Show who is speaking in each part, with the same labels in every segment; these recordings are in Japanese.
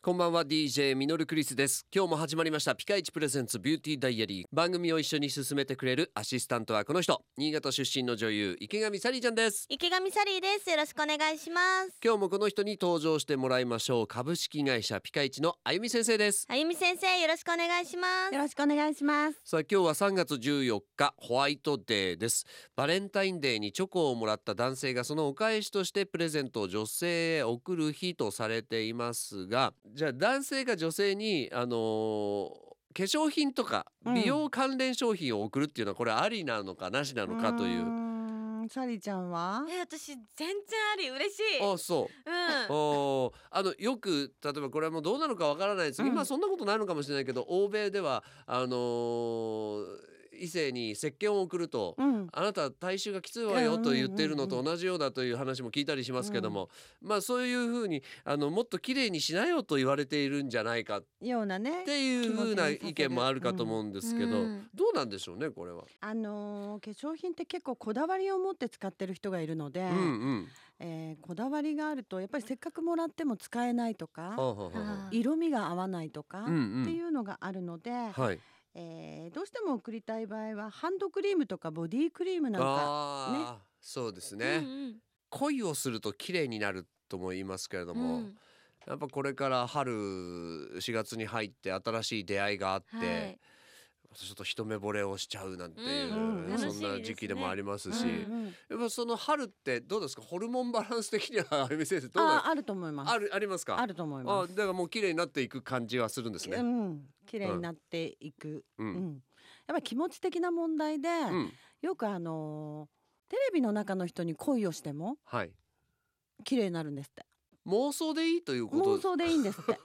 Speaker 1: こんばんは DJ ミノルクリスです今日も始まりましたピカイチプレゼンツビューティーダイアリー番組を一緒に進めてくれるアシスタントはこの人新潟出身の女優池上サリーちゃんです
Speaker 2: 池上サリーですよろしくお願いします
Speaker 1: 今日もこの人に登場してもらいましょう株式会社ピカイチのあゆみ先生です
Speaker 2: あゆみ先生よろしくお願いします
Speaker 3: よろしくお願いします。
Speaker 1: さあ今日は3月14日ホワイトデーですバレンタインデーにチョコをもらった男性がそのお返しとしてプレゼントを女性へ贈る日とされていますがじゃあ男性が女性にあのー化粧品とか
Speaker 3: うん
Speaker 1: 美容関連商品を贈るっていうのはこれありなのかなしなのかという
Speaker 3: ー
Speaker 1: う。
Speaker 3: ん。サリちゃんは。
Speaker 2: え私全然あり嬉しいうん
Speaker 1: あそう
Speaker 2: あ
Speaker 1: おーあのよく例えばこれはもうどうなのかわからないですけど、
Speaker 3: うん
Speaker 1: 今そんなことないのかもしれないけど欧米ではあのー異性に石鹸を送ると
Speaker 3: うん。
Speaker 1: あなた体臭がきついわよと言ってるのと同じようだという話も聞いたりしますけども、まあそういうふうにあのもっと綺麗にしなよと言われているんじゃないかっ
Speaker 3: ようなね。
Speaker 1: ていうふうな意見もあるかと思うんですけど、
Speaker 2: うん
Speaker 1: どうなんでしょうねこれは。
Speaker 3: あのー化粧品って結構こだわりを持って使ってる人がいるので、
Speaker 1: うんうん。
Speaker 3: えーこだわりがあるとやっぱりせっかくもらっても使えないと
Speaker 1: はあは
Speaker 3: か、
Speaker 1: あはあ
Speaker 3: 色味が合わないと
Speaker 1: う
Speaker 3: か、
Speaker 1: んうん
Speaker 3: っていうのがあるので、
Speaker 1: はい。
Speaker 3: えーどうしても送りたい場合はハンドクリームとかボディクリームなんか。
Speaker 1: ああ、そうですね、
Speaker 2: うん
Speaker 1: 恋をすると綺麗になるとも言いますけれど
Speaker 2: う
Speaker 1: も、
Speaker 2: ん
Speaker 1: やっぱこれから春4月に入って新しい出会いがあって。
Speaker 2: はい
Speaker 1: ちょっと一目惚れをしちゃうなんていう、
Speaker 3: うんうん
Speaker 1: そ
Speaker 3: 楽
Speaker 1: ん
Speaker 2: しみです
Speaker 1: な
Speaker 2: ね
Speaker 1: 時期でもありますし、
Speaker 2: うん
Speaker 3: うん
Speaker 1: やっぱその春ってどうですかホルモンバランス的にはあゆみ先生どうなんで
Speaker 3: あ
Speaker 1: す
Speaker 3: ーあると思います。
Speaker 1: かあるありますか
Speaker 3: あると思い
Speaker 1: あ
Speaker 3: ま
Speaker 1: だからもう綺麗になっていく感じはするんです
Speaker 3: す。
Speaker 1: ね。
Speaker 3: うん、綺麗になっていく。
Speaker 1: う
Speaker 3: うん
Speaker 1: ん
Speaker 3: やっぱり気持ち的な問題で、
Speaker 1: うん
Speaker 3: よくあのーテレビの中の人に恋をしても
Speaker 1: はい
Speaker 3: 綺麗になるんですって
Speaker 1: 妄想でいいということ
Speaker 3: 妄想でいいんですって
Speaker 2: あ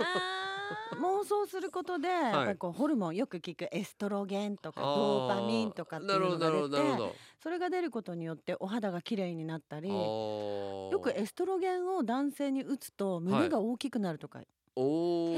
Speaker 3: 妄想することで、やっぱりこうホルモンよく聞くエストロゲンとかドーパミンとかっていうの
Speaker 1: なるほどなる
Speaker 3: が
Speaker 1: ほ
Speaker 3: 出て
Speaker 1: ど
Speaker 3: それが出ることによってお肌が綺麗になったり
Speaker 1: なる
Speaker 3: よ
Speaker 1: ほど。
Speaker 3: くエストロゲンを男性に打つと胸が大きくなるとか、
Speaker 1: お
Speaker 2: ー
Speaker 1: ー
Speaker 2: へ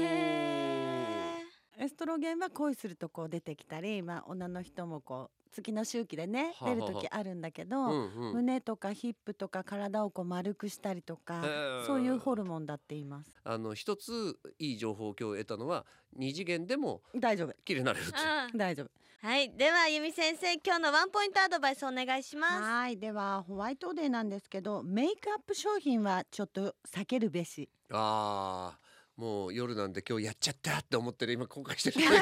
Speaker 2: え
Speaker 3: エストロゲンは恋するとこう出てきたり、まあ、女の人もこう月の周期でね
Speaker 1: はあはあ
Speaker 3: 出る時あるんだけど、
Speaker 1: うんうん。
Speaker 3: 胸とかヒップとか体をこう丸くしたりとか
Speaker 1: へー
Speaker 3: そういうホルモンだって言います
Speaker 1: あの一ついい情報を今日得たのは二次元でも
Speaker 3: 大丈夫
Speaker 1: 綺麗になれるっていう。
Speaker 2: あ
Speaker 3: 大丈夫
Speaker 2: はいではあゆみ先生今日のワンポイントアドバイスお願いしま
Speaker 3: はいではホワイトデーなんですけどメイクアップ商品はちょっと避けるべし
Speaker 1: ああもう夜なんで今日やっちゃったって思ってる今後悔してる人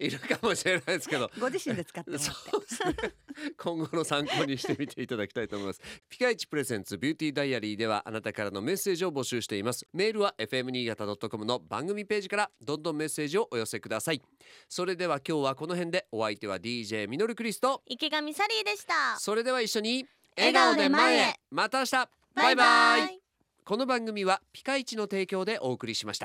Speaker 1: いるかもしれないです けど
Speaker 3: ご自身で使ってもらっ
Speaker 1: そ
Speaker 3: て
Speaker 1: うですね 今後の参考にしてみていただきたいと思いますピカイチプレゼンツビューティーダイアリーではあなたからのメッセージを募集していますメールは fm 新潟 .com の番組ページからどんどんメッセージをお寄せくださいそれでは今日はこの辺でお相手は DJ ミノルクリスト
Speaker 2: す池上サリーでした
Speaker 1: それでは一緒に
Speaker 2: 笑顔で前へ
Speaker 1: また明日バイバイこの番組はピカイチの提供でお送りしました